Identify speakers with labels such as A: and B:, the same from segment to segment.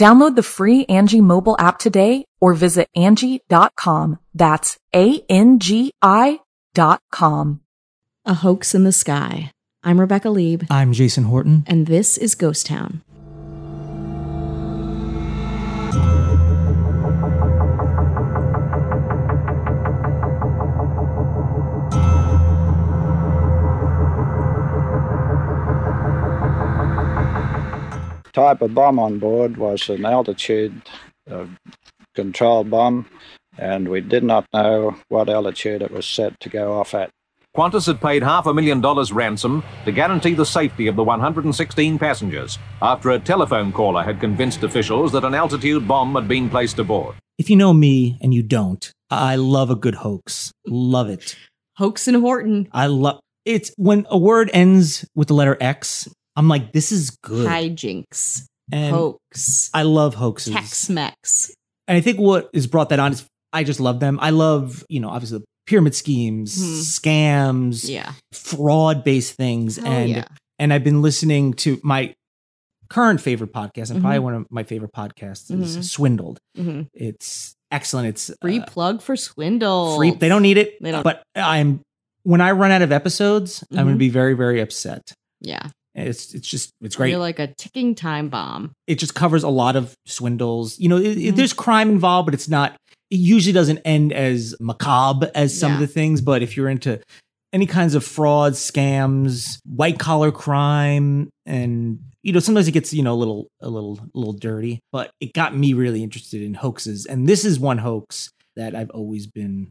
A: Download the free Angie mobile app today or visit Angie.com. That's A-N-G-I dot com.
B: A Hoax in the Sky. I'm Rebecca Lieb,
C: I'm Jason Horton.
B: and this is Ghost Town.
D: type of bomb on board was an altitude uh, control bomb, and we did not know what altitude it was set to go off at.
E: Qantas had paid half a million dollars ransom to guarantee the safety of the 116 passengers after a telephone caller had convinced officials that an altitude bomb had been placed aboard.
C: If you know me and you don't, I love a good hoax. Love it.
B: Hoax and Horton.
C: I love it's when a word ends with the letter X, I'm like, this is good.
B: Hijinks.
C: and
B: hoax.
C: I love hoaxes.
B: Tex Mex.
C: And I think what has brought that on is I just love them. I love, you know, obviously the pyramid schemes,
B: Hmm.
C: scams,
B: Yeah.
C: fraud based things.
B: Hell
C: and
B: yeah.
C: and I've been listening to my current favorite podcast, and probably
B: Mhm.
C: one of my favorite podcasts
B: Mhm.
C: is Swindled.
B: hmm
C: It's excellent. It's uh,
B: Free plug for Swindle.
C: free. They don't need it.
B: Oh. They don't-
C: But I'm when I run out of episodes, I'm going
B: Mhm.
C: to be very very upset.
B: Yeah.
C: It's it's just it's great.
B: You're like a ticking time bomb.
C: it just covers a lot of swindles. You know, it, it-
B: Mhm.
C: there's crime involved, but it's not. It usually doesn't end as macabre as some of
B: Yeah.
C: the things. But if you're into any kinds of fraud, scams, white collar crime, and you know, sometimes it gets you know a little a little a little dirty. But it got me really interested in hoaxes, and this is one hoax that I've always been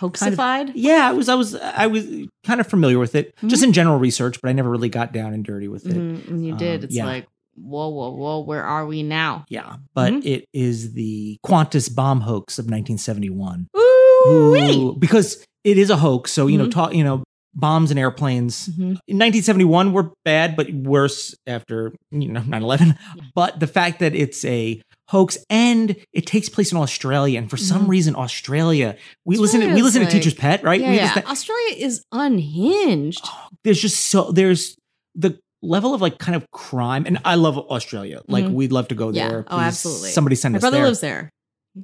C: Kind of-
B: Hoaxified?
C: yeah, I was I was I was kind of familiar with it,
B: Mm-hmm.
C: just in general research, but I never really got down and dirty with it.
B: Mhm, and you did.
C: Um,
B: It's
C: yeah.
B: like, whoa, whoa, whoa, where are we now?
C: Yeah, but
B: Mhm.
C: it is the Qantas bomb hoax of 1971.
B: Ooh,
C: Ooh, because it is a hoax, so you
B: Mm-hmm.
C: know, ta- you know, bombs and airplanes
B: hmm
C: in 1971 were bad, but worse after you know 9/11. But the fact that it's a hoax and it takes place in Australia, and for some
B: Mhm.
C: reason, Australia, we listen to we
B: Australia's
C: listen
B: like-
C: to Teacher's Pet, right?
B: Yeah,
C: we Oh,
B: yeah.
C: listen-
B: Australia is unhinged.
C: there's just so there's the level of like kind of crime and i love australia like
B: Mhm.
C: we'd love to go
B: Yeah.
C: there
B: Oh,
C: Please,
B: absolutely.
C: somebody send
B: My
C: us
B: brother
C: there
B: lives there.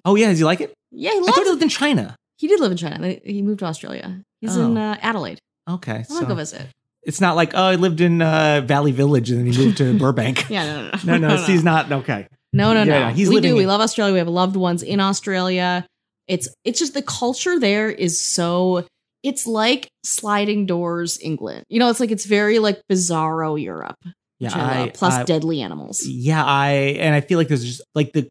C: oh yeah does he like it
B: Yeah, he
C: i thought he
B: loves.
C: lived in china
B: He did live in China. They- He moved to Australia. He's in
C: Oh.
B: uh, Adelaide.
C: okay
B: I want to go
C: so
B: visit.
C: it's not like oh i lived in uh, valley village and then he moved to burbank
B: Yeah, no, no, no,
C: no no, so he's not okay
B: No, no,
C: Yeah,
B: no.
C: yeah, he's
B: we
C: living
B: do. We
C: in-
B: love Australia. We have loved ones in Australia. It's it's just the culture there is so it's like sliding doors England. You know, it's like it's very like bizarro Europe.
C: yeah
B: which I love,
C: I-
B: uh, plus
C: I-
B: deadly animals.
C: yeah i and i feel like there's just like the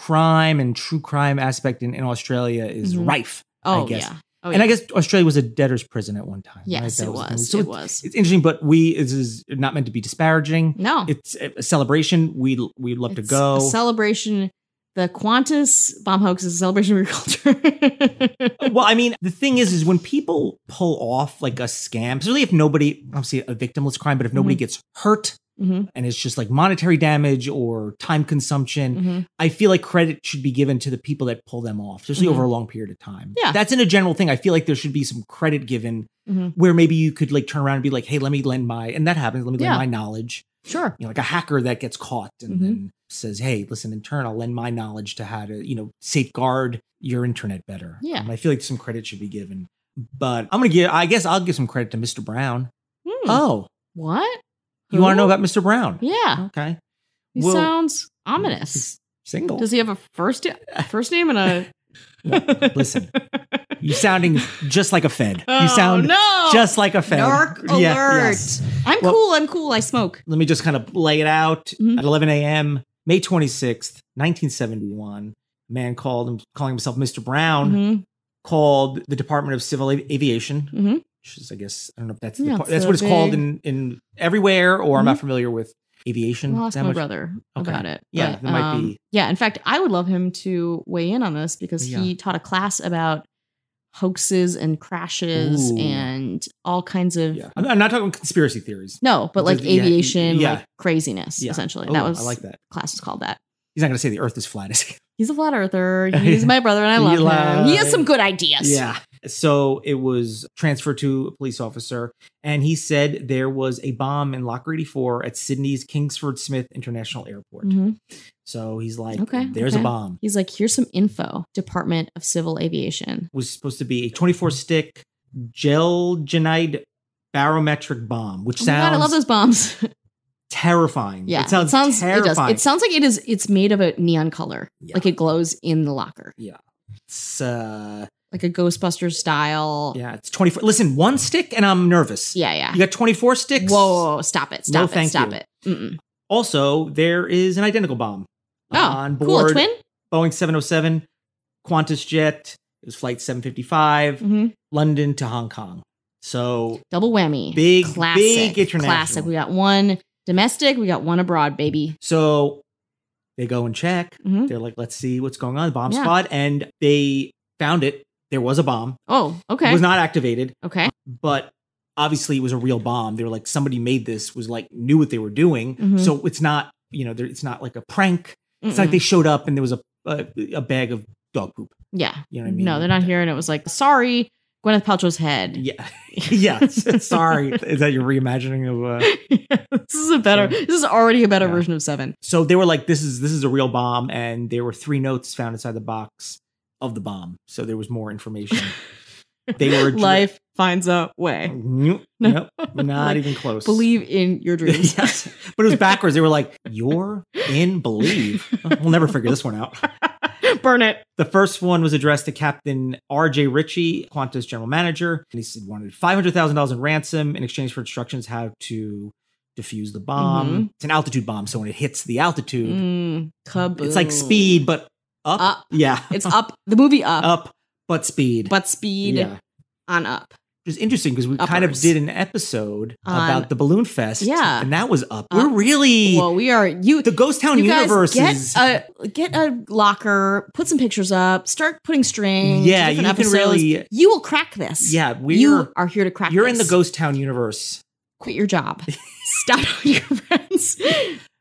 C: crime and true crime aspect in, in australia is
B: Mhm.
C: rife
B: Oh
C: guess.
B: yeah. Oh,
C: and i
B: yeah.
C: guess australia was a debtor's prison at one time right?
B: yes,
C: That
B: it
C: the thing.
B: was.
C: so
B: it
C: it's-
B: was.
C: it's interesting but we this is not meant to be disparaging
B: no,
C: it's a celebration. We we'd love to
B: It's
C: go.
B: A celebration. The Qantas bomb hoax is a celebration of your culture.
C: well, I mean, the thing is, is when people pull off like a scam, especially if nobody, obviously a victimless crime, but if nobody
B: Mhm.
C: gets hurt
B: hmm
C: and it's just like monetary damage or time consumption,
B: hmm
C: I feel like credit should be given to the people that pull them off, especially
B: Mhm.
C: over a long period of time.
B: Yeah.
C: that's in a general thing. I feel like there should be some credit given
B: Mhm.
C: where maybe you could like turn around and be like, hey, let me lend my, and that happens. Let me
B: Yeah.
C: lend my knowledge.
B: Sure.
C: you know, like a hacker that gets caught and
B: Mhm.
C: then says, "Hey, listen, in turn, I'll lend my knowledge to how to, you know, safeguard your internet better."
B: Yeah.
C: and I feel like some credit should be given. But I'm gonna give, I guess, I'll give some credit to Mr. Brown.
B: Hmm.
C: Oh,
B: What?
C: you want to know
B: Who?
C: about Mr. Brown?
B: Yeah.
C: Okay,
B: He
C: Well-
B: sounds ominous.
C: single.
B: Does he have a first first name and a?
C: No, listen, you sounding just like a Fed.
B: Oh,
C: you sound
B: no.
C: just like a Fed.
B: Narc alert.
C: Yeah, yes.
B: I'm
C: Well-
B: cool. I'm cool. I smoke.
C: Let me just kind of lay it out.
B: Mhm.
C: At 11 a.m., May 26th, 1971, a man called him, calling himself Mr. Brown,
B: Mhm.
C: called the Department of Civil Avi- Aviation,
B: Mhm.
C: which is, I guess, I don't know if that's the
B: Yeah,
C: part-
B: it's
C: that's
B: a
C: what it's called
B: big-
C: in in everywhere, or I'm not familiar with aviation.
B: I lost
C: that
B: my
C: much-
B: brother
C: Okay.
B: about it. um,
C: Yeah, that might be-
B: Yeah, in fact, I would love him to weigh in on this because
C: Yeah.
B: he taught a class about hoaxes and crashes
C: Ooh.
B: and all kinds of
C: Yeah, I'm, I'm not talking conspiracy theories.
B: no, but like
C: Just- yeah,
B: aviation,
C: yeah.
B: like craziness.
C: Yeah.
B: Essentially,
C: Oh,
B: that was
C: I like that.
B: class was called that.
C: He's not going to say the Earth is flat, is he?
B: He's a flat earther. He's my brother, and I
C: You
B: love him. He has
C: lie.
B: some good ideas.
C: Yeah. So it was transferred to a police officer, and he said there was a bomb in Locker 84 at Sydney's Kingsford Smith International Airport.
B: Mhm.
C: So he's like,
B: Okay,
C: there's
B: okay.
C: a bomb.
B: He's like, here's some info. Department of Civil Aviation.
C: was supposed to be a 24 stick gel genide barometric bomb, which
B: Oh my
C: sounds
B: God, I love those bombs.
C: terrifying.
B: Yeah,
C: It sounds, terrifying.
B: It, does. it sounds like it is. It's made of a neon color,
C: Yeah.
B: like it glows in the locker,
C: It's, uh,
B: like a Ghostbusters style.
C: yeah, it's 24. Listen, one stick and I'm nervous.
B: yeah, yeah.
C: You got 24 sticks.
B: Whoa, whoa, whoa, stop it,
C: No,
B: stop it,
C: thank
B: stop
C: you.
B: it. Mm-mm.
C: Also, there is an identical bomb
B: Oh,
C: on
B: cool, a
C: board
B: twin.
C: Boeing 707, Qantas jet. It was flight 755,
B: Mhm.
C: London to Hong Kong. So
B: Double whammy.
C: Big-
B: classic,
C: big international.
B: classic. We got one domestic, we got one abroad, baby.
C: So they go and check.
B: Mhm.
C: They're like, let's see what's going on, bomb
B: Yeah.
C: spot. And they found it. There was a bomb.
B: Oh, okay,
C: It was not activated,
B: okay.
C: but obviously it was a real bomb. They were like, somebody made this, was like, knew what they were doing.
B: Mhm.
C: So it's not, you know, there- it's not like a prank. It's not
B: Mm-mm.
C: like they showed up and there was a, a, a bag of dog poop.
B: yeah,
C: You know what I mean?
B: no, they're not here, and it was like, sorry, Gwyneth Paltrow's head.
C: Yeah. yeah. Sorry. Is that your reimagining of. Uh...
B: this is a better.
C: Yeah.
B: This is already a better
C: Yeah.
B: version of seven.
C: So they were like, this is this is a real bomb. And there were three notes found inside the box of the bomb. So there was more information. They were dr- Oh,
B: life finds a way.
C: Nope,
B: No.
C: nope
B: Like,
C: not even close.
B: Believe in your dreams.
C: yes, but it was backwards. They were like, "You're in believe." We'll never figure this one out.
B: Burn it.
C: The first one was addressed to Captain R.J. Ritchie, Qantas general manager, and he said wanted five hundred thousand dollars in ransom in exchange for instructions how to defuse the bomb.
B: Mhm.
C: It's an altitude bomb, so when it hits the altitude,
B: Mm, kaboom.
C: it's like speed, but up.
B: Up.
C: Yeah,
B: It's up. The movie up,
C: up, but speed.
B: but speed
C: Yeah.
B: on up.
C: Which is interesting because we kind of
B: Uppers.
C: did an episode
B: On-
C: about the balloon fest.
B: Yeah.
C: and that was up.
B: Up.
C: We're really
B: Well, we are you.
C: the Ghost Town
B: you guys
C: universe
B: get
C: is
B: a get a locker. Put some pictures up. Start putting strings.
C: Yeah,
B: different
C: you can
B: episodes.
C: really-
B: You will crack this.
C: yeah. We're
B: you are here to crack.
C: you're in the
B: this.
C: Ghost Town universe.
B: Quit your job. Stop telling your friends.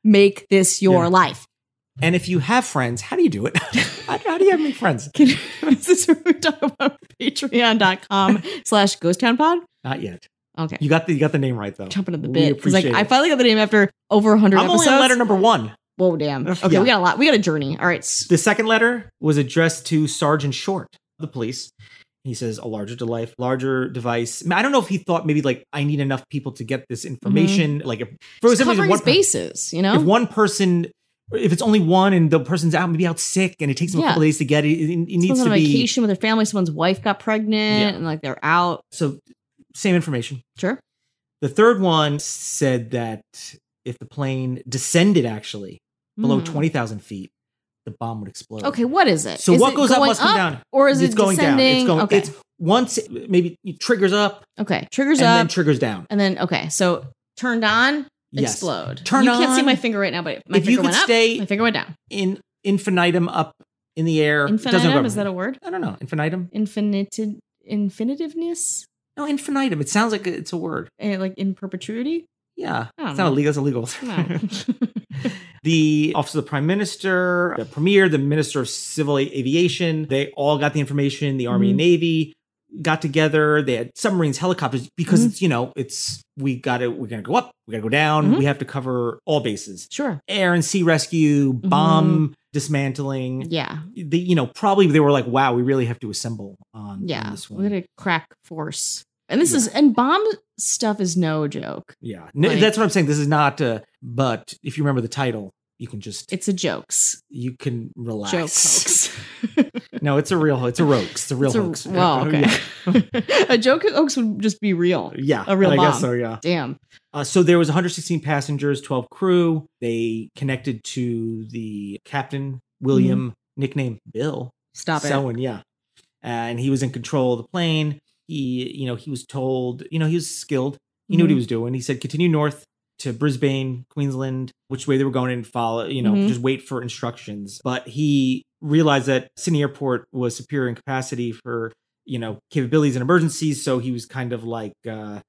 B: Make this your
C: Yeah.
B: life.
C: And if you have friends, how do you do it? how, how do you make friends?
B: Can, is this what we talk about? Patreon.com slash ghost town pod.
C: Not yet.
B: Okay.
C: You got the you got the name right though.
B: jumping at the
C: We
B: bit because like
C: appreciate
B: I
C: it.
B: finally got the name after over 100
C: I'm
B: episodes.
C: only on letter number one.
B: Whoa, damn. Okay,
C: Yeah.
B: we got a lot. We got a journey. All right. S-
C: The second letter was addressed to Sergeant Short, the police. He says a larger to life, larger device. I, mean, I don't know if he thought maybe like I need enough people to get this information. Like if for
B: Just Mm-hmm.
C: some reason
B: covering
C: one
B: his
C: per-
B: bases, you know.
C: if one person if it's only one and the person's out maybe out sick and it takes them
B: Yeah.
C: a couple days to get it, it, it needs
B: Someone's
C: to
B: on
C: be
B: vacation with their family. Someone's wife got pregnant,
C: Yeah.
B: and like they're out.
C: so same information.
B: Sure.
C: The third one said that if the plane descended actually below
B: Hmm.
C: 20,000 feet, the bomb would explode.
B: Okay, what is it?
C: So
B: Is
C: what
B: it
C: goes up
B: going
C: must come down.
B: or is it
C: going
B: descending?
C: down. It's going
B: okay,
C: it's once it- maybe it triggers up
B: okay. Triggers
C: and
B: up,
C: then triggers down.
B: and then okay. So turned on, explode.
C: Turn
B: you can't see
C: on.
B: my finger right now, but my
C: If
B: finger
C: you could
B: went up.
C: stay-
B: my finger went down.
C: In infinitum up in the air. Doesn't
B: Infinitum
C: go-
B: is that a word?
C: I don't know. Infinitum?
B: Infinitid, infinitiveness,
C: No, infinitum. It sounds like it's a word.
B: Eh, like in perpetuity.
C: Yeah.
B: I don't
C: It's not
B: know.
C: illegal. It's illegal.
B: No.
C: the office of the prime minister, the premier, the minister of civil aviation, they all got the information. The army
B: Mhm.
C: and navy got together. They had submarines, helicopters, because
B: Mhm.
C: it's you know it's we got to we're gonna go up, we gotta go down,
B: Mhm.
C: we have to cover all bases,
B: sure.
C: air and sea rescue, bomb dismantling.
B: Mm-hmm. Yeah.
C: The you know probably they were like, wow, we really have to assemble on, on
B: Yeah.
C: this
B: We're
C: one.
B: gonna crack force. And this
C: Yeah.
B: is and bomb stuff is no joke.
C: Yeah, No,
B: Like-
C: that's what I'm saying. This is not. Uh, but if you remember the title, You can just
B: It's a jokes.
C: you can relax.
B: Joke hoax.
C: No, it's a real ho- it's a rogue. It's a real
B: It's
C: hoax. Oh,
B: a, well, okay.
C: yeah.
B: a joke hoax would just be real.
C: Yeah,
B: A real
C: I
B: bomb.
C: guess so. Yeah.
B: Damn.
C: Uh, so there was 116 passengers, 12 crew. They connected to the captain, William, nicknamed Bill.
B: Mm-hmm. Stop it.
C: Selwyn, yeah. And he was in control of the plane. He, you know, he was told, you know, he was skilled. He knew what
B: Mm-hmm.
C: he was doing. He said, continue north to Brisbane, Queensland, which way they were going and follow, you know,
B: Mhm.
C: just wait for instructions. But he realized that Sydney Airport was superior in capacity for, you know, capabilities and emergencies. So he was kind of like uh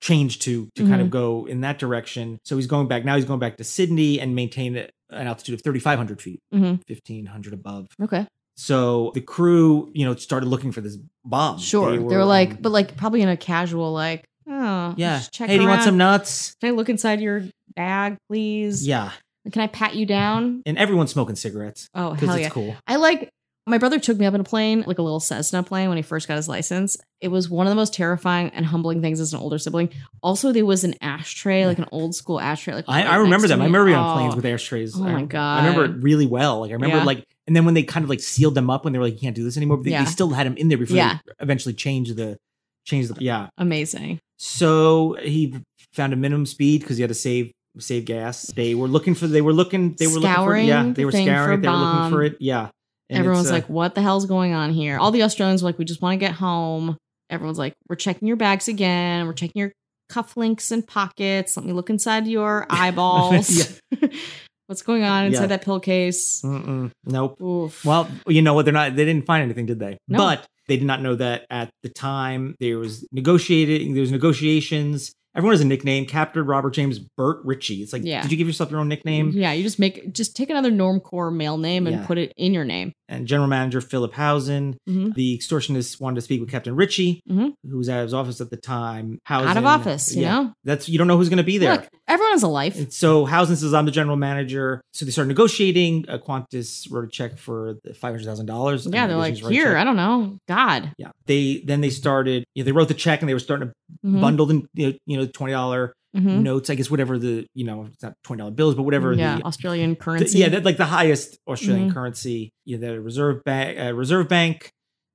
C: changed to to
B: Mm-hmm.
C: kind of go in that direction. So he's going back now he's going back to Sydney and maintain an altitude of 3,500 feet,
B: Mhm.
C: 1,500 above.
B: Mm-hmm. Okay.
C: So the crew, you know, started looking for this bomb.
B: Sure. They were,
C: um,
B: like, but like probably in a casual, like, oh,
C: yeah.
B: just check
C: hey, do you want
B: around.
C: some nuts?
B: Can I look inside your bag, please?
C: Yeah.
B: Can I pat you down?
C: And everyone's smoking cigarettes
B: Oh,
C: because
B: hell
C: it's
B: yeah.
C: cool.
B: I like my brother took me up in a plane, like a little Cessna plane when he first got his license. It was one of the most terrifying and humbling things as an older sibling. Also, there was an ashtray, like an old school ashtray. Like
C: I,
B: right
C: I remember
B: next to
C: them. I
B: me.
C: remember being on
B: Oh.
C: planes with ashtrays.
B: Oh
C: I,
B: my god!
C: I remember it really well. Like I remember
B: Yeah.
C: like, and then when they kind of like sealed them up when they were like, you can't do this anymore. But they,
B: Yeah.
C: they still had them in there before
B: Yeah.
C: they eventually changed the, changed the, yeah.
B: Amazing.
C: So he found a minimum speed because he had to save save gas. They were looking for. They were looking. They were
B: Scouring
C: looking for. Yeah,
B: the
C: they were
B: thing
C: scouring.
B: for
C: it. They were looking
B: bomb.
C: for it. Yeah. And it's,
B: Everyone's
C: uh,
B: like, "What the hell's going on here?" All the Australians were like, "We just want to get home." Everyone's like, "We're checking your bags again. We're checking your cufflinks and pockets. Let me look inside your eyeballs. What's going on inside
C: Yeah.
B: that pill case?"
C: Mm-mm, nope.
B: Oof.
C: Well, you know what? They're not. They didn't find anything, did they?
B: No.
C: But they did not know that at the time there was negotiated. There was negotiations. Everyone has a nickname. Captain Robert James Burt Ritchie. It's like,
B: Yeah. Mm-hmm.
C: did you give yourself your own nickname?
B: Yeah, you just make just take another normcore male name and
C: Yeah.
B: put it in your name.
C: And General Manager Philip Housen.
B: Mhm.
C: The extortionist wanted to speak with Captain Ritchie,
B: Mhm.
C: who was out of his office at the time. Housen,
B: Out of office, you
C: yeah.
B: know.
C: That's you don't know who's going to be there.
B: Look, everyone has a life.
C: And so Housen says, I'm the general manager. So they started negotiating. Uh, Qantas wrote a check for the $500,000.
B: yeah, they're like
C: Negotiations wrote a
B: here.
C: check.
B: I don't know. God.
C: Yeah. They then they started, you know, they wrote the check and they were starting to
B: Mhm.
C: bundle in, you know, you know $20
B: Mhm.
C: notes, I guess, whatever the, you know, it's not $20 bills, but whatever
B: Yeah,
C: the.
B: Australian
C: the-
B: currency.
C: yeah, that, like the highest Australian
B: Mhm.
C: currency, you know, the reserve bank, uh, reserve bank,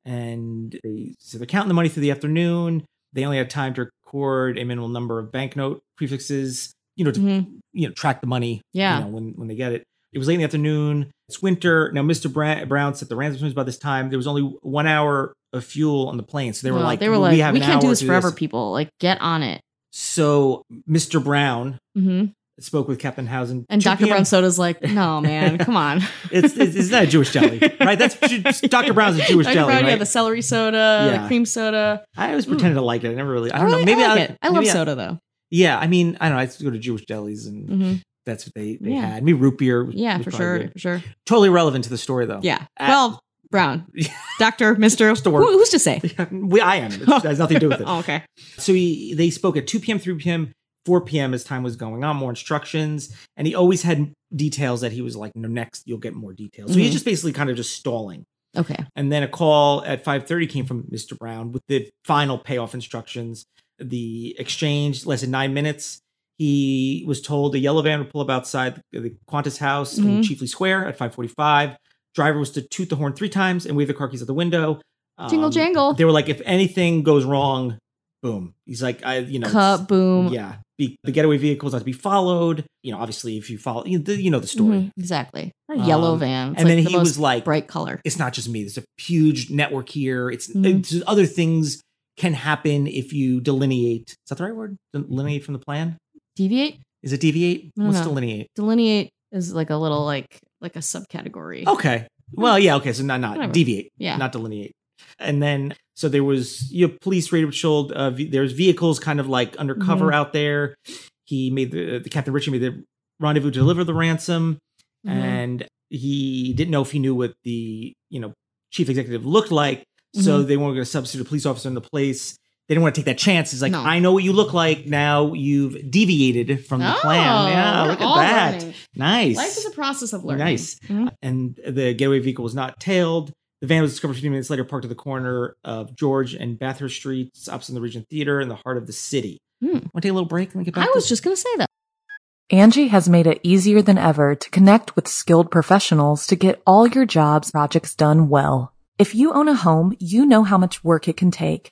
C: and they so they're counting the money through the afternoon. They only had time to record a minimal number of banknote prefixes, you know, to
B: Mhm.
C: you know track the money
B: Yeah.
C: you know, when when they get it it was late in the afternoon it's winter now mr Bra- brown set the ransom terms by this time there was only one hour of fuel on the plane so they were
B: Well,
C: like
B: they were
C: "Well,
B: like,
C: we, have an
B: can't do
C: hour
B: this
C: to
B: forever, people. Like, get on it.
C: so mr brown
B: hmm
C: spoke with captain hausen
B: And
C: 2
B: Dr.
C: PM
B: Brown Soda's like, no, man, come on.
C: it's, it's it's not a jewish jelly right that's dr brown's a jewish
B: Dr.
C: jelly
B: Brown, Yeah,
C: right?
B: the celery soda, the
C: Yeah.
B: cream soda.
C: i always pretended to like it i never really i
B: "Hmm." Oh, I
C: don't know
B: really-
C: maybe
B: I like it. I love
C: maybe
B: soda though.
C: yeah i mean i don't know i used to go to jewish delis and
B: hmm
C: that's what they, they
B: Yeah.
C: had me root beer was-
B: Yeah,
C: was
B: for
C: probably
B: sure,
C: good.
B: for sure.
C: totally relevant to the story though
B: Yeah.
C: At-
B: well, Brown, Doctor, Mister,
C: Just a word.
B: Who, who's to say?
C: we, i am it has nothing to do with it
B: Oh, okay.
C: So he, they spoke at 2 p.m., 3 p.m., 4 p.m. as time was going on, more instructions. And he always had details that he was like, no, next you'll get more details. So
B: Mhm.
C: he's just basically kind of just stalling.
B: Okay.
C: And then a call at 5.30 came from Mr. Brown with the final payoff instructions. The exchange lasted nine minutes. He was told a yellow van would pull up outside the, the Qantas house in
B: Mhm.
C: Chiefly Square at 5.45. Driver was to toot the horn three times and wave the car keys at the window. Um,
B: Jingle jangle.
C: They were like, if anything goes wrong, boom. He's like, I, you know, it's-
B: Cut, boom.
C: yeah. Be, the getaway vehicle is not to be followed. You know, obviously, if you follow, you, the, you know the story.
B: Mhm, Exactly. A yellow
C: Um,
B: van. It's
C: and
B: like
C: then
B: the
C: he
B: most
C: was like,
B: bright color.
C: it's not just me. There's a huge network here. It's,
B: Mhm.
C: it's other things can happen if you delineate. Is that the right word? Delineate from the plan?
B: Deviate,
C: Is it deviate?
B: I don't
C: What's
B: know.
C: delineate?
B: delineate is like a little like like a subcategory.
C: Okay. Well, yeah. Okay. So not not
B: Whatever.
C: deviate,
B: yeah.
C: not delineate. And then so there was you know, police radar patrol. Uh, ve- there's vehicles kind of like undercover
B: Mhm.
C: out there. He made the, the Captain Richie made the rendezvous to deliver the ransom.
B: Mhm.
C: and he didn't know if he knew what the you know chief executive looked like so
B: Mm-hmm.
C: they weren't going to substitute a police officer in the place they didn't want to take that chance he's like
B: No.
C: i know what you look like now you've deviated from the plan yeah
B: Oh, we're
C: look at
B: all
C: that
B: learning.
C: nice
B: Life is a process of learning.
C: Nice.
B: Mhm.
C: and the getaway vehicle was not tailed the van was discovered 15 minutes later parked at the corner of george and bathurst streets opposite the regent theater in the heart of the city
B: Hmm.
C: want to take a little break and we get back
B: I
C: to
B: was just gonna say that.
A: Angie has made it easier than ever to connect with skilled professionals to get all your jobs projects done well. If you own a home, you know how much work it can take,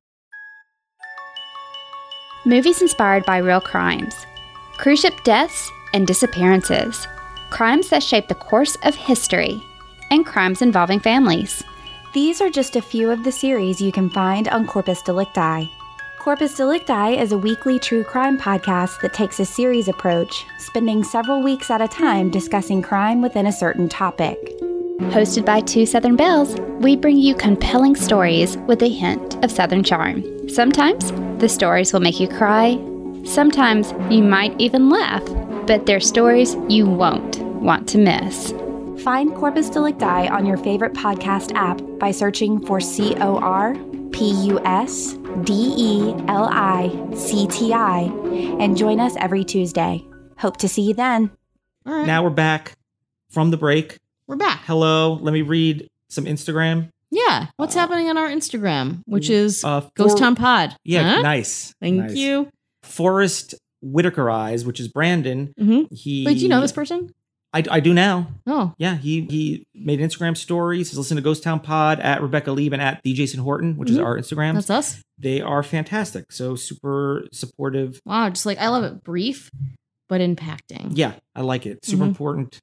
F: Movies inspired by real crimes, cruise ship deaths and disappearances, crimes that shape the course of history, and crimes involving families.
G: These are just a few of the series you can find on Corpus Delicti. Corpus Delicti is a weekly true crime podcast that takes a series approach, spending several weeks at a time discussing crime within a certain topic.
F: Hosted by two Southern Belles, we bring you compelling stories with a hint of Southern charm. Sometimes the stories will make you cry, sometimes you might even laugh, but they're stories you won't want to miss.
G: Find Corpus Delicti on your favorite podcast app by searching for C O R P U S D E L I C T I and join us every Tuesday. Hope to see you then.
B: All right.
C: Now we're back from the break.
B: we're back.
C: Hello. Let me read some Instagram.
B: Yeah. What's happening on our Instagram, which is
C: Uh, for-
B: Ghost Town Pod?
C: Yeah,
B: Huh?
C: nice.
B: Thank
C: nice.
B: you.
C: Forrest Whitaker Eyes, which is Brandon.
B: hmm
C: He.
B: Wait, do you know this person?
C: I, I do now.
B: Oh,
C: Yeah, he he made an Instagram stories. He's listening to Ghost Town Pod at Rebecca Lieb and at the Jason Horton, which
B: Mhm.
C: is our Instagrams.
B: that's us.
C: they are fantastic. So super supportive.
B: Wow. Just like I love it. Brief, but impacting.
C: Yeah, I like it. Super
B: Mhm.
C: important.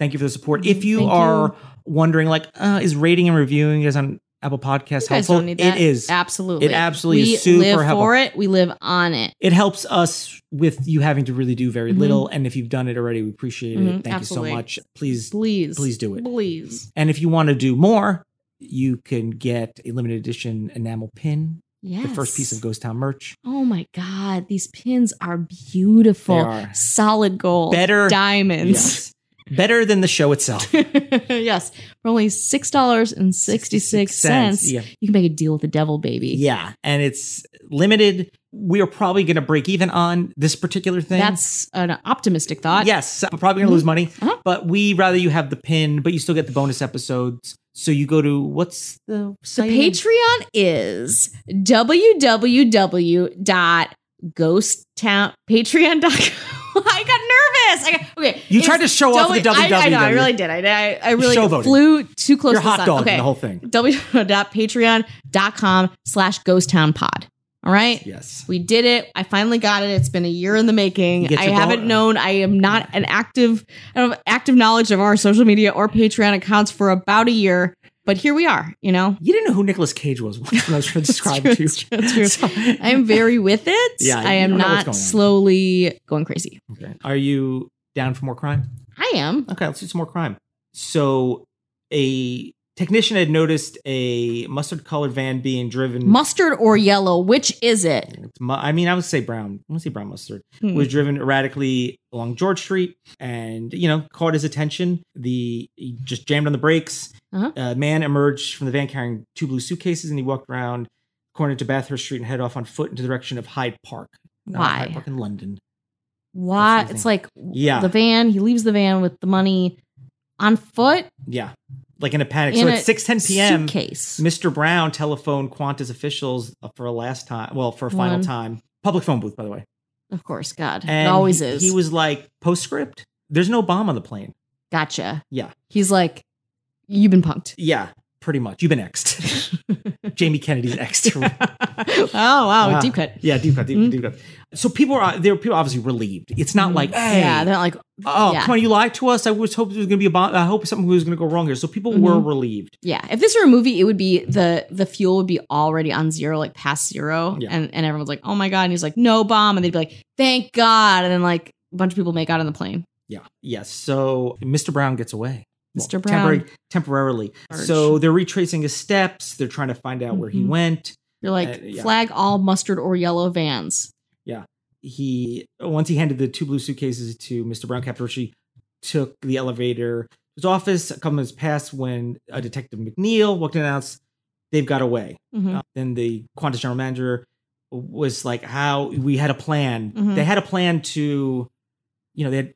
C: Thank you for the support. If you
B: Thank
C: are wondering, like, uh, is rating and reviewing is on Apple Podcasts
B: You guys
C: helpful?
B: don't need that.
C: It is.
B: Absolutely.
C: It absolutely
B: we
C: is super
B: live
C: helpful.
B: for it. We live on it.
C: it helps us with you having to really do very
B: Mhm.
C: little. And if you've done it already, we appreciate it.
B: Mhm,
C: Thank
B: absolutely.
C: you so much. Please.
B: Please.
C: Please do it.
B: Please.
C: And if you want to do more, you can get a limited edition enamel pin,
B: Yes.
C: the first piece of Ghost Town merch.
B: Oh my God. These pins are beautiful.
C: They are.
B: Solid gold.
C: Better-
B: diamonds.
C: Yes. Better than the show itself.
B: yes. For only six dollars and sixty-six cents,
C: Yeah.
B: you can make a deal with the devil, baby.
C: Yeah. And it's limited. We are probably going to break even on this particular thing.
B: That's an optimistic thought.
C: Yes, I'm probably gonna lose money,
B: Uh-huh.
C: but we rather you have the pin, but you still get the bonus episodes. So you go to what's the
B: The
C: site?
B: Patreon is www.ghosttown patreon.com. I got nervous. I got, okay.
C: You
B: it's
C: tried to show off the E
B: W- I- I, know. I
C: WWW.
B: really did. I I, I really
C: showboated.
B: flew too close.
C: You're
B: to the
C: hot
B: sun.
C: dog
B: Okay.
C: the whole thing.
B: www.patreon.com slash ghost town pod. All right.
C: Yes,
B: We did it. I finally got it. It's been a year in the
C: You
B: making.
C: get
B: I
C: your
B: haven't
C: bonus.
B: known. I am not an active, I don't have active knowledge of our social media or Patreon accounts for about a year, but here we are. You know,
C: you didn't know who Nicolas Cage was when I was trying
B: It's
C: to describe
B: true,
C: to you.
B: it's true, it's true.
C: So-
B: I am very with it.
C: Yeah,
B: I
C: you
B: am
C: don't know what's
B: not
C: going on.
B: slowly going crazy.
C: Okay. Are you down for more crime?
B: I am.
C: Okay, let's do some more crime. So a technician had noticed a mustard-colored van being driven.
B: Mustard or yellow, which is it?
C: It's mu- I mean, I would say brown. I would say brown mustard.
B: Hmm.
C: was driven erratically along George Street and, you know, caught his attention. The he just jammed on the brakes.
B: Uh-huh.
C: A man emerged from the van carrying two blue suitcases and he walked around the corner to Bathurst Street and headed off on foot into the direction of Hyde Park. Uh, Hyde
B: Why?
C: Park in London.
B: Why?
C: That's
B: It's
C: what
B: like
C: Yeah.
B: the van. He leaves the van with the money on foot.
C: Yeah. Like in a panic.
B: In
C: so
B: a
C: at 6:10 p.m.,
B: Suitcase.
C: Mr. Brown telephoned Qantas officials for a last time, well, for a final
B: One.
C: time. Public phone booth, by the way.
B: Of course, God.
C: And
B: it always
C: he-
B: is.
C: He was like, postscript, there's no bomb on the plane.
B: gotcha.
C: Yeah.
B: He's like, you've been punked.
C: Yeah, pretty much. You've been next. Jamie Kennedy's ex.
B: oh wow,
C: Ah,
B: deep cut.
C: Yeah, deep cut, deep,
B: Mhm.
C: deep cut. Mm-hmm. So people are they're people are obviously relieved. It's not like hey,
B: Yeah, they're like
C: oh
B: yeah.
C: come on, you lied to us. I was hoping there was going to be a bomb. I hope something was going to go wrong here. So people were relieved.
B: yeah. If this were a movie, it would be the the fuel would be already on zero, like past zero,
C: Yeah.
B: and and everyone's like, oh my god, and he's like, no bomb, and they'd be like, thank God, and then like a bunch of people make out on the plane.
C: Yeah. Yes. So Mr. Brown gets away.
B: Mr.
C: Well,
B: Brown.
C: temporary- temporarily.
B: Arch.
C: So they're retracing his steps. They're trying to find out where he
B: Mhm.
C: went.
B: You're like,
C: Uh, yeah.
B: flag all mustard or yellow vans.
C: He once he handed the two blue suitcases to Mr. Brown, Caprici took the elevator to his office. A couple minutes passed when a detective McNeil walked in and announced they've got away.
B: Mhm.
C: Uh, then the Qantas general manager was like, "How we had a plan.
B: Mhm.
C: They had a plan to, you know, they had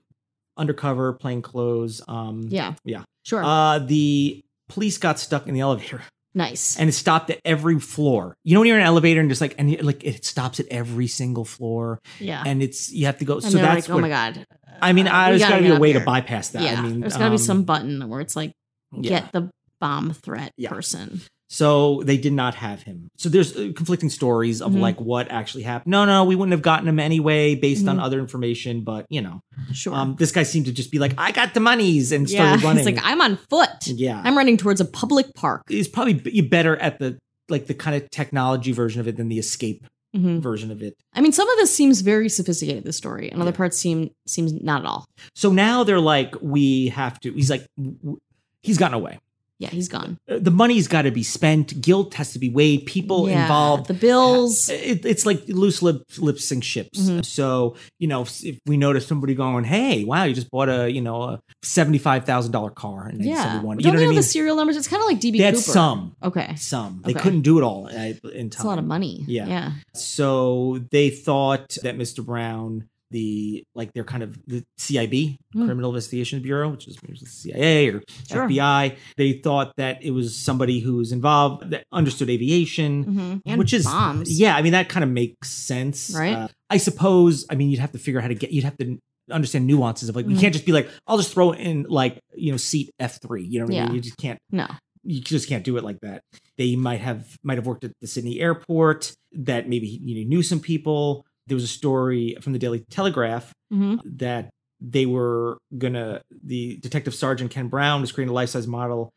C: undercover plainclothes. Um,
B: yeah,
C: yeah.
B: sure,
C: Uh, the police got stuck in the elevator
B: nice.
C: and it stopped at every floor. You know, when you're in an elevator and just like, and you- like it stops at every single floor,
B: yeah,
C: and it's you have to go.
B: And
C: so
B: they're
C: that's
B: like, oh
C: what-
B: my god.
C: I mean,
B: uh,
C: I
B: we
C: there's got
B: gotta
C: to be
B: get
C: a
B: up
C: way
B: here.
C: to bypass that.
B: yeah,
C: I mean,
B: there's got to be
C: um,
B: some button where it's like
C: yeah.
B: get the bomb threat
C: Yeah.
B: person.
C: So they did not have him. So there's uh, conflicting stories of
B: Mhm.
C: like what actually happened. No, no, we wouldn't have gotten him anyway based on
B: Mhm.
C: other information, but you know,
B: Sure.
C: um, this guy seemed to just be like, I got the monies and
B: yeah,
C: started running.
B: it's like I'm on foot.
C: yeah.
B: I'm running towards a public park.
C: He's probably b- better at the like the kind of technology version of it than the escape
B: Mhm.
C: version of it.
B: I mean, some of this seems very sophisticated. This story, and other
C: Yeah.
B: parts seem seems not at all.
C: So now they're like, we have to. He's like, w- w- he's gotten away.
B: Yeah, he's gone.
C: Uh, The money's got to be spent. Guilt has to be weighed. People
B: Yeah,
C: involved. Uh,
B: the bills.
C: It, it's like loose lip lip sync ships.
B: Mhm.
C: So you know, if, if we notice somebody going, "Hey, wow, you just bought a you know a seventy five thousand dollar car," and
B: Yeah,
C: you know
B: don't
C: what
B: they
C: I
B: know
C: mean?
B: the serial numbers? It's kind of like DB
C: That's
B: Cooper.
C: some
B: Okay,
C: some. They
B: Okay.
C: couldn't do it all uh, in time.
B: it's a lot of money.
C: Yeah.
B: yeah.
C: So they thought that Mr. Brown, the like they're kind of the CIB,
B: Hmm.
C: Criminal Investigation Bureau, which is the CIA or
B: Sure.
C: FBI, they thought that it was somebody who was involved that understood aviation,
B: Mhm. And
C: which is
B: bombs.
C: yeah. I mean, that kind of makes sense,
B: Right.
C: Uh, I suppose. I mean, you'd have to figure out how to get. You'd have to understand nuances of like you
B: Mhm.
C: can't just be like I'll just throw in like you know seat F three. You know what I
B: Yeah.
C: mean? You just can't
B: No.
C: you just can't do it like that. They might have might have worked at the Sydney airport. That maybe you know, knew some people. There was a story from the Daily Telegraph
B: hmm
C: that they were gonna. The detective sergeant Ken Brown was creating a life size model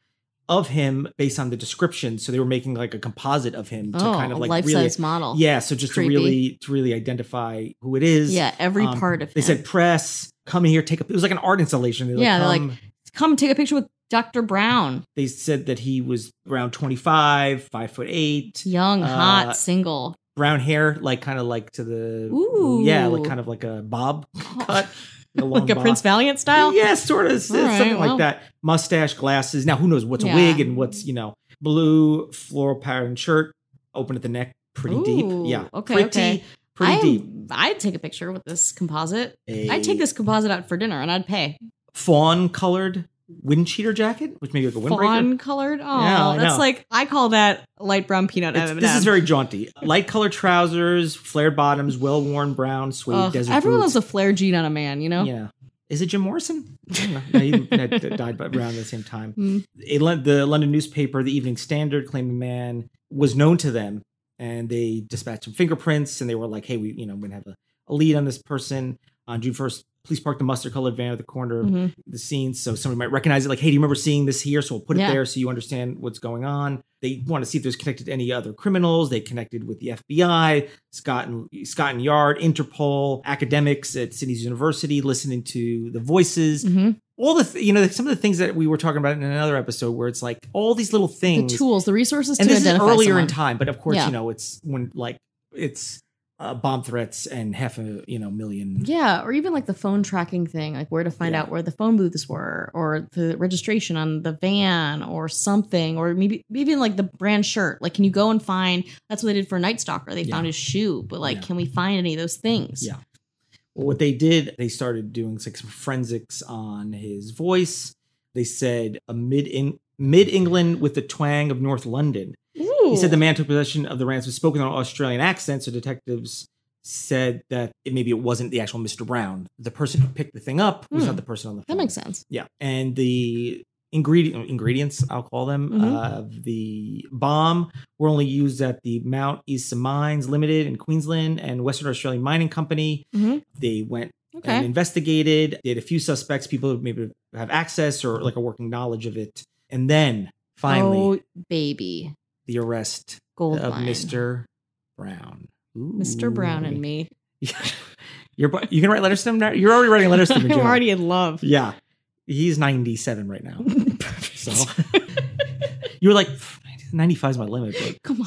C: of him based on the description. So they were making like a composite of him to
B: oh,
C: kind of like
B: life
C: really,
B: size model.
C: yeah. So just
B: Creepy.
C: to really to really identify who it is.
B: yeah. Every
C: Um,
B: part of
C: They
B: him.
C: said press, come in here, take a. It was like an art installation. They're
B: Yeah, they're
C: "Come."
B: come take a picture with Dr. Brown,
C: they said that he was around 25, five foot eight,
B: young, hot,
C: Uh,
B: single.
C: brown hair, like kind of like to the
B: Ooh.
C: yeah, like kind of like a bob cut, long
B: like a
C: bob.
B: Prince Valiant style.
C: yeah, sort of
B: All right,
C: something
B: well.
C: like that. Mustache, glasses. Now who knows what's
B: Yeah.
C: a wig and what's you know blue floral pattern shirt, open at the neck, pretty
B: Ooh,
C: deep. Yeah,
B: okay,
C: pretty,
B: okay.
C: pretty
B: I,
C: deep.
B: I'd take a picture with this composite.
C: A
B: I'd take this composite out for dinner and I'd pay.
C: fawn colored wind cheater jacket, which maybe like a windbreaker.
B: Fawn colored. Oh,
C: Yeah, I
B: that's
C: know.
B: like, I call that light brown peanut.
C: It's-
B: M&M.
C: this is very jaunty. Light colored trousers, flared bottoms, well worn brown suede
B: Ugh,
C: desert
B: everyone
C: boots.
B: loves a flare jean on a man, you know?
C: Yeah. Is it Jim Morrison? I don't know. No, he had- died by- around the same time.
B: Hmm.
C: A Lon- the London newspaper, The Evening Standard, claimed the man was known to them, and they dispatched some fingerprints, and they were like, "Hey, we, you know, we're gonna have a, a lead on this person." On June first, police parked the mustard-colored van at the corner of
B: Mhm.
C: the scene, so somebody might recognize it. Like, "Hey, do you remember seeing this here?" So we'll put
B: Yeah.
C: it there so you understand what's going on. They want to see if there's connected to any other criminals. They connected with the FBI. Scott and Scott and Yard, Interpol, academics at Sydney's University, listening to the voices,
B: Mhm.
C: all the th- you know some of the things that we were talking about in another episode, where it's like all these little
B: The
C: things.
B: tools, the resources
C: and
B: to
C: this is
B: identify
C: earlier
B: someone.
C: in time, but of course,
B: Yeah.
C: you know it's when like it's uh, bomb threats and half a you know million.
B: Yeah, or even like the phone tracking thing, like where to find
C: Yeah.
B: out where the phone booths were, or the registration on the van, or something, or maybe maybe even like the brand shirt. Like, can you go and find? That's what they did for Night Stalker. They
C: Yeah.
B: found his shoe, but like,
C: Yeah.
B: can we find any of those things?
C: Yeah. What they did, they started doing like some forensics on his voice. They said a mid in mid England with the twang of North London.
B: Ooh.
C: He said the man took possession of the ransom spoken in an Australian accent, so detectives said that it, maybe it wasn't the actual Mr. Brown. The person who picked the thing up was
B: Hmm.
C: not the person on the
B: that
C: phone.
B: makes sense.
C: Yeah. And the ingredient uh, ingredients, I'll call them,
B: Mhm.
C: of the bomb were only used at the Mount Isa Mines Limited in Queensland and Western Australian Mining Company.
B: Mhm.
C: They went
B: Okay.
C: Mm-hmm. and investigated. They had a few suspects, people who maybe have access or like a working knowledge of it. And then finally, Uh,
B: oh, baby.
C: the arrest
B: Gold
C: of
B: line.
C: Mr. Brown.
B: Mr. Brown and
C: Ooh.
B: me.
C: You're bu- you can write letters to him now. You're already writing letters to him.
B: I'm
C: Joe.
B: already in love.
C: Yeah, he's 97 right now. So
B: Perfect.
C: you were like, 95 is my limit. But.
B: Come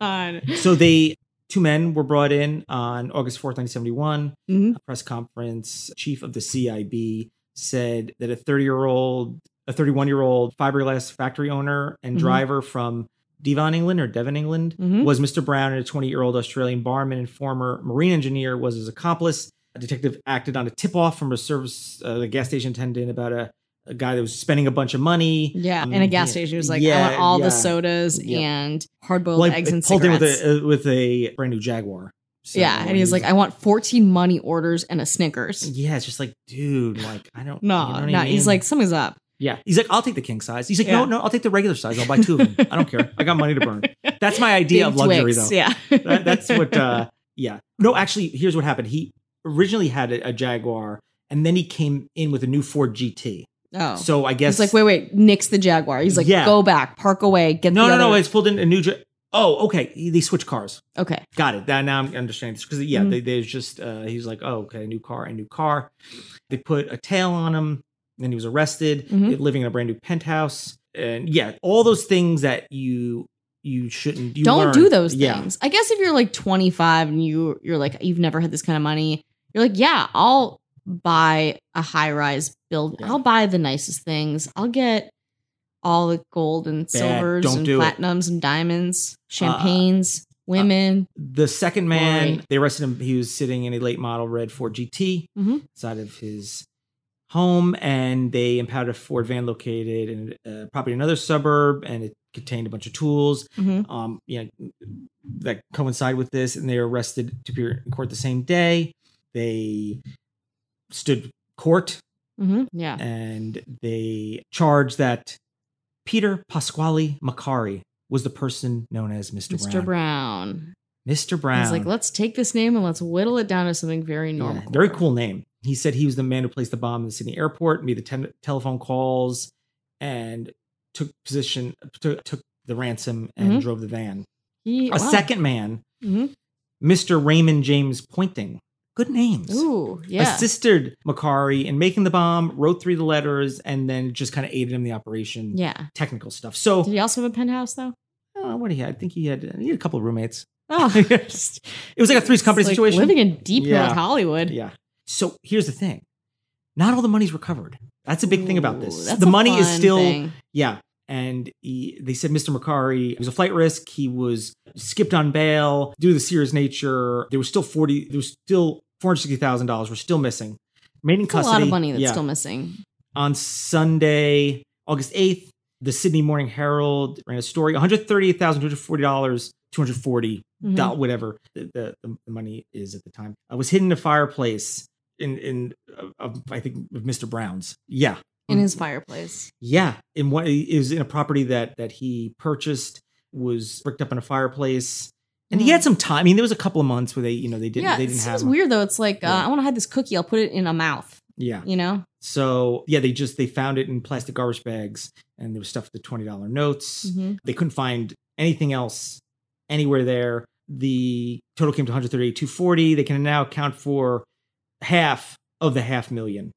B: on.
C: So they two men were brought in on August 4th, 1971.
B: Mhm.
C: A press conference. Chief of the CIB said that a 30 year old, a 31 year old fiberglass factory owner and
B: Mhm.
C: driver from Devon, England, or Devon, England,
B: Mhm.
C: was Mr. Brown, and a 20 year old Australian barman and former marine engineer was his accomplice. A detective acted on a tip off from a service, uh, the gas station attendant about a, a guy that was spending a bunch of money.
B: Yeah,
C: Um,
B: in a gas
C: yeah.
B: station, it was like, I
C: Yeah,
B: want all
C: yeah.
B: the sodas
C: Yeah.
B: and hard boiled
C: Well, I-
B: eggs
C: I
B: and
C: pulled in
B: cigarettes.
C: with a, uh, with a brand new Jaguar. So-
B: yeah, and he's like, I want 14 money orders and a Snickers.
C: Yeah, it's just like, dude, like I don't.
B: No,
C: you know
B: no,
C: what I mean?
B: he's like, something's up.
C: yeah, he's like, I'll take the king size. He's like,
B: Yeah.
C: no, no, I'll take the regular size. I'll buy two of them. I don't care. I got money to burn. That's my idea
B: Big
C: of luxury,
B: Twix,
C: though.
B: Yeah.
C: That- that's what. uh Yeah, no, actually, here's what happened. He originally had a, a Jaguar, and then he came in with a new Ford GT.
B: oh.
C: So I guess
B: He's like, wait, wait, nix the Jaguar. He's like,
C: Yeah.
B: go back, park away, get
C: no,
B: the
C: no, no,
B: other-
C: it's pulled in a new. Ja- oh, okay, he- they switched cars.
B: Okay.
C: Got it. That now I'm understanding this because yeah,
B: Mhm.
C: they, there's just uh, he's like, oh, okay, new car, a new car. They put a tail on him, then he was arrested,
B: Mhm.
C: living in a brand new penthouse, and yeah, all those things that you you shouldn't you
B: Don't
C: learn.
B: do those
C: Yeah.
B: things. I guess if you're like 25 and you you're like you've never had this kind of money, you're like, yeah, I'll buy a high rise build.
C: Yeah.
B: I'll buy the nicest things. I'll get all the gold and silvers
C: Don't
B: and
C: do it. Uh,
B: platinums and diamonds, champagnes, women.
C: The second man,
B: Right.
C: they arrested him. He was sitting in a late model red Ford GT
B: Mhm.
C: inside of his home, and they impounded a Ford van located in a uh, property in another suburb, and it contained a bunch of tools.
B: Mhm.
C: um, you know, that coincide with this, and they were arrested to appear in court the same day. They stood court
B: Mhm. Yeah.
C: and they charged that Peter Pasquale Macari was the person known as Mr.
B: Mr.
C: Brown.
B: Brown.
C: Mr. Brown.
B: He's like, let's take this name and let's whittle it down to something very
C: Yeah,
B: normal.
C: very cool name. He said he was the man who placed the bomb in the Sydney airport, made the ten- telephone calls, and took position, took, took the ransom and
B: Mhm.
C: drove the van.
B: He-
C: A
B: wow.
C: second man
B: Mhm.
C: Mr. Raymond James Pointing. Good names.
B: Ooh, yeah.
C: Assisted Macari in making the bomb, wrote through the letters, and then just kind of aided him in the operation,
B: yeah.
C: technical stuff. So,
B: Did he also have a penthouse though?
C: uh, what do you had? I think he had, he had a couple of roommates.
B: Oh,
C: it was like a Three's Company
B: It's like
C: situation.
B: Living in deep
C: Yeah.
B: North Hollywood.
C: yeah. So here's the thing not all the money's recovered. That's a big thing about
B: Ooh,
C: this.
B: that's
C: The
B: a
C: money is
B: fun
C: still.
B: thing.
C: Yeah. And he, they said Mr. Macari was a flight risk. He was skipped on bail due to the serious nature. There was still 40, there was still $460,000 were still missing. Remaining
B: It's a
C: custody.
B: lot of money that's
C: yeah.
B: still missing.
C: On Sunday, August 8th, the Sydney Morning Herald ran a story $138,240, $240,
B: Mhm.
C: dol- whatever the, the, the money is at the time, uh, was hidden in a fireplace in, in uh, of, I think, of Mr. Brown's. Yeah.
B: in his fireplace.
C: Yeah, in what is in a property that that he purchased was bricked up in a fireplace, and he
B: Mm.
C: had some time. I mean, there was a couple of months where they, you know, they didn't,
B: yeah,
C: they
B: it
C: didn't have.
B: seems
C: him.
B: weird though. It's like uh,
C: Yeah.
B: I want to hide this cookie. I'll put it in a mouth.
C: Yeah.
B: You know.
C: So yeah, they just they found it in plastic garbage bags, and there was stuff with the twenty dollar notes.
B: Mhm.
C: They couldn't find anything else anywhere there. The total came to one hundred thirty eight two forty. They can now account for half of the half million.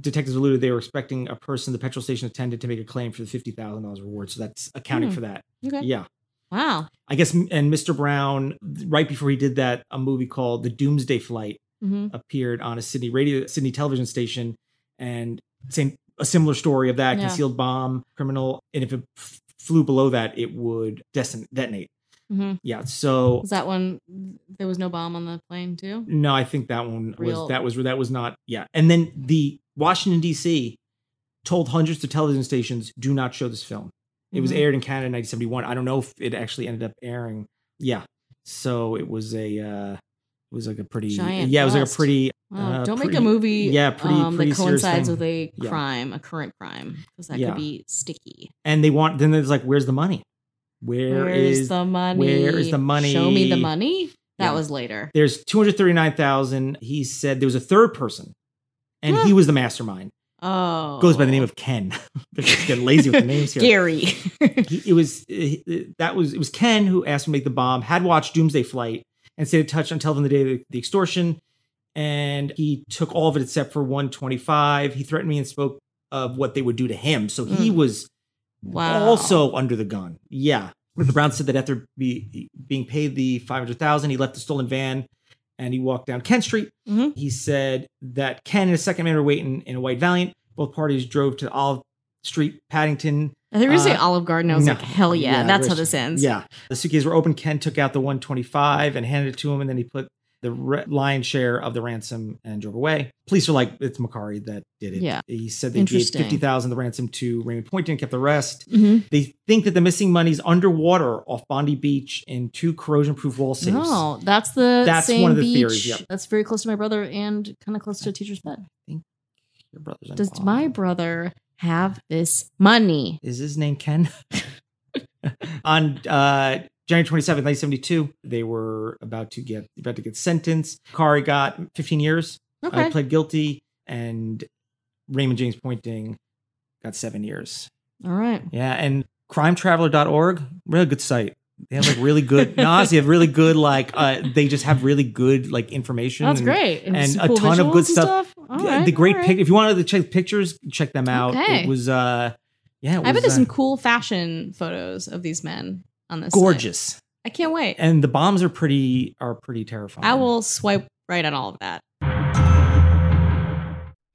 C: Detectives alluded they were expecting a person, the petrol station attendant, to make a claim for the fifty thousand dollars reward. So that's accounting
B: Hmm.
C: for that.
B: Okay.
C: Yeah.
B: Wow.
C: I guess, and Mr. Brown, right before he did that, a movie called The Doomsday Flight
B: hmm
C: appeared on a Sydney radio, Sydney television station, and same a similar story of that
B: Yeah.
C: concealed bomb criminal, and if it f- flew below that, it would deton- detonate.
B: hmm
C: Yeah, so
B: Was that one? There was no bomb on the plane too.
C: no, I think that one
B: Real-
C: was that was that was not yeah, and then the Washington D.C. told hundreds of television stations do not show this film. It was
B: Mhm.
C: aired in Canada in 1971. I don't know if it actually ended up airing. Yeah. So it was a uh It was like a pretty
B: Giant
C: yeah. It was like a
B: bust.
C: pretty
B: Mm-hmm. Wow,
C: uh,
B: don't make a
C: pretty-
B: movie
C: yeah, pretty-
B: um,
C: pretty
B: that
C: serious
B: coincides
C: thing.
B: with a
C: Yeah.
B: crime, a current crime, because that
C: Yeah.
B: could be sticky.
C: And they want then there's like, where's the money?
B: Where is,
C: is,
B: the money?
C: where is the money?
B: Show me the money. That
C: Yeah.
B: was later.
C: There's 239,000. He said there was a third person, and he was the mastermind.
B: Oh,
C: Goes by the name of Ken. They're just getting lazy with the names here.
B: Gary.
C: He, it was uh, he- that was it was Ken who asked him to make the bomb. Had watched Doomsday Flight and stayed in touch until the day of the extortion, and he took all of it except for 125. He threatened me and spoke of what they would do to him. So he
B: Mm.
C: was
B: wow.
C: also under the gun. Yeah. But the Browns said that after be, being paid the 500,000, he left the stolen van and he walked down Kent Street.
B: Mhm.
C: He said that Ken and his second man were waiting in a white Valiant. Both parties drove to Olive Street, Paddington.
B: I think we were
C: uh,
B: saying Olive Garden. I was
C: no.
B: like, hell yeah,
C: Yeah,
B: that's how
C: there's-
B: this ends.
C: Yeah. The suitcases were open. Ken took out the 125 and handed it to him. And then he put the re- lion's share of the ransom and drove away. Police are like, it's Macari that did it.
B: Yeah.
C: He said they gave
B: Interesting.
C: 50,000 of the ransom to Raymond Poynton and kept the rest.
B: Mhm.
C: They think that the missing money's underwater off Bondi Beach in two corrosion-proof wall safes.
B: No, that's the
C: That's
B: same
C: one of the
B: beach.
C: theories, yep.
B: That's very close to my brother and kind of close to a teacher's bed.
C: Your brother's
B: Does
C: involved.
B: my brother have this money?
C: is his name Ken? On uh, January 27, 1972, they were about to get about to get sentenced. Kari got 15 years.
B: Okay.
C: I pled guilty, and Raymond James Pointing got seven years.
B: All right.
C: Yeah, and crimetraveler.org, really good site. They have like really good, no, honestly, they have really good, like, uh, they just have really good, like, information.
B: That's
C: and-
B: great.
C: and
B: some
C: a ton of
B: visuals
C: good
B: and
C: stuff.
B: All
C: Yeah,
B: right,
C: the great
B: all right.
C: pic. If you wanted to check the pictures, check them out.
B: Okay.
C: It was, uh, yeah, it was,
B: I bet there's
C: uh,
B: some cool fashion photos of these men on this. site.
C: gorgeous.
B: I can't wait.
C: And the bombs are pretty are pretty terrifying.
B: I will swipe right on all of that.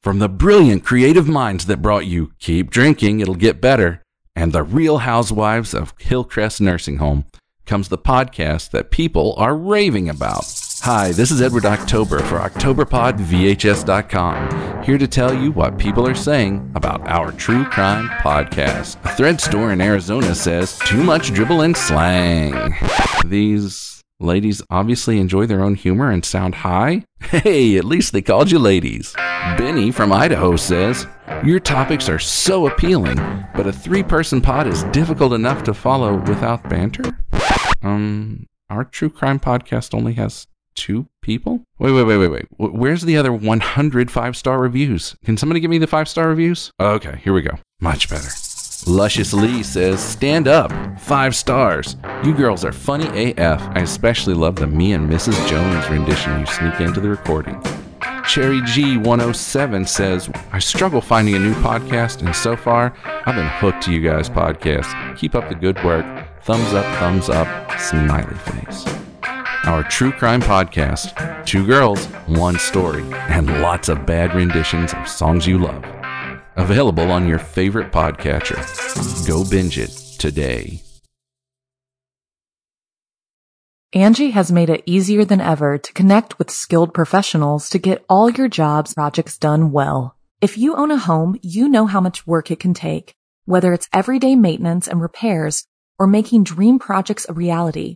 H: From the brilliant creative minds that brought you Keep Drinking, It'll Get Better, and The Real Housewives of Hillcrest Nursing Home comes the podcast that people are raving about. Hi, this is Edward October for OctoberPodVHS.com, here to tell you what people are saying about our true crime podcast. A thread store in Arizona says, too much dribble and slang. These ladies obviously enjoy their own humor and sound high. Hey, at least they called you ladies. Benny from Idaho says, Your topics are so appealing, but a three person pod is difficult enough to follow without banter? Um, our true crime podcast only has two people? Wait, wait, wait, wait, wait. Wh- Where's the other 100 five star reviews? Can somebody give me the five star reviews? Oh, Okay, here we go. Much better. Luscious Lee says, Stand up. Five stars. You girls are funny AF. I especially love the me and Mrs. Jones rendition you sneak into the recording. Cherry G107 says, I struggle finding a new podcast, and so far, I've been hooked to you guys' podcast. Keep up the good work. Thumbs up, thumbs up, smiley face. Our true crime podcast, Two Girls, One Story, and lots of bad renditions of songs you love. Available on your favorite podcatcher. Go binge it today.
A: Angie has made it easier than ever to connect with skilled professionals to get all your jobs projects done well. If you own a home, you know how much work it can take, whether it's everyday maintenance and repairs or making dream projects a reality.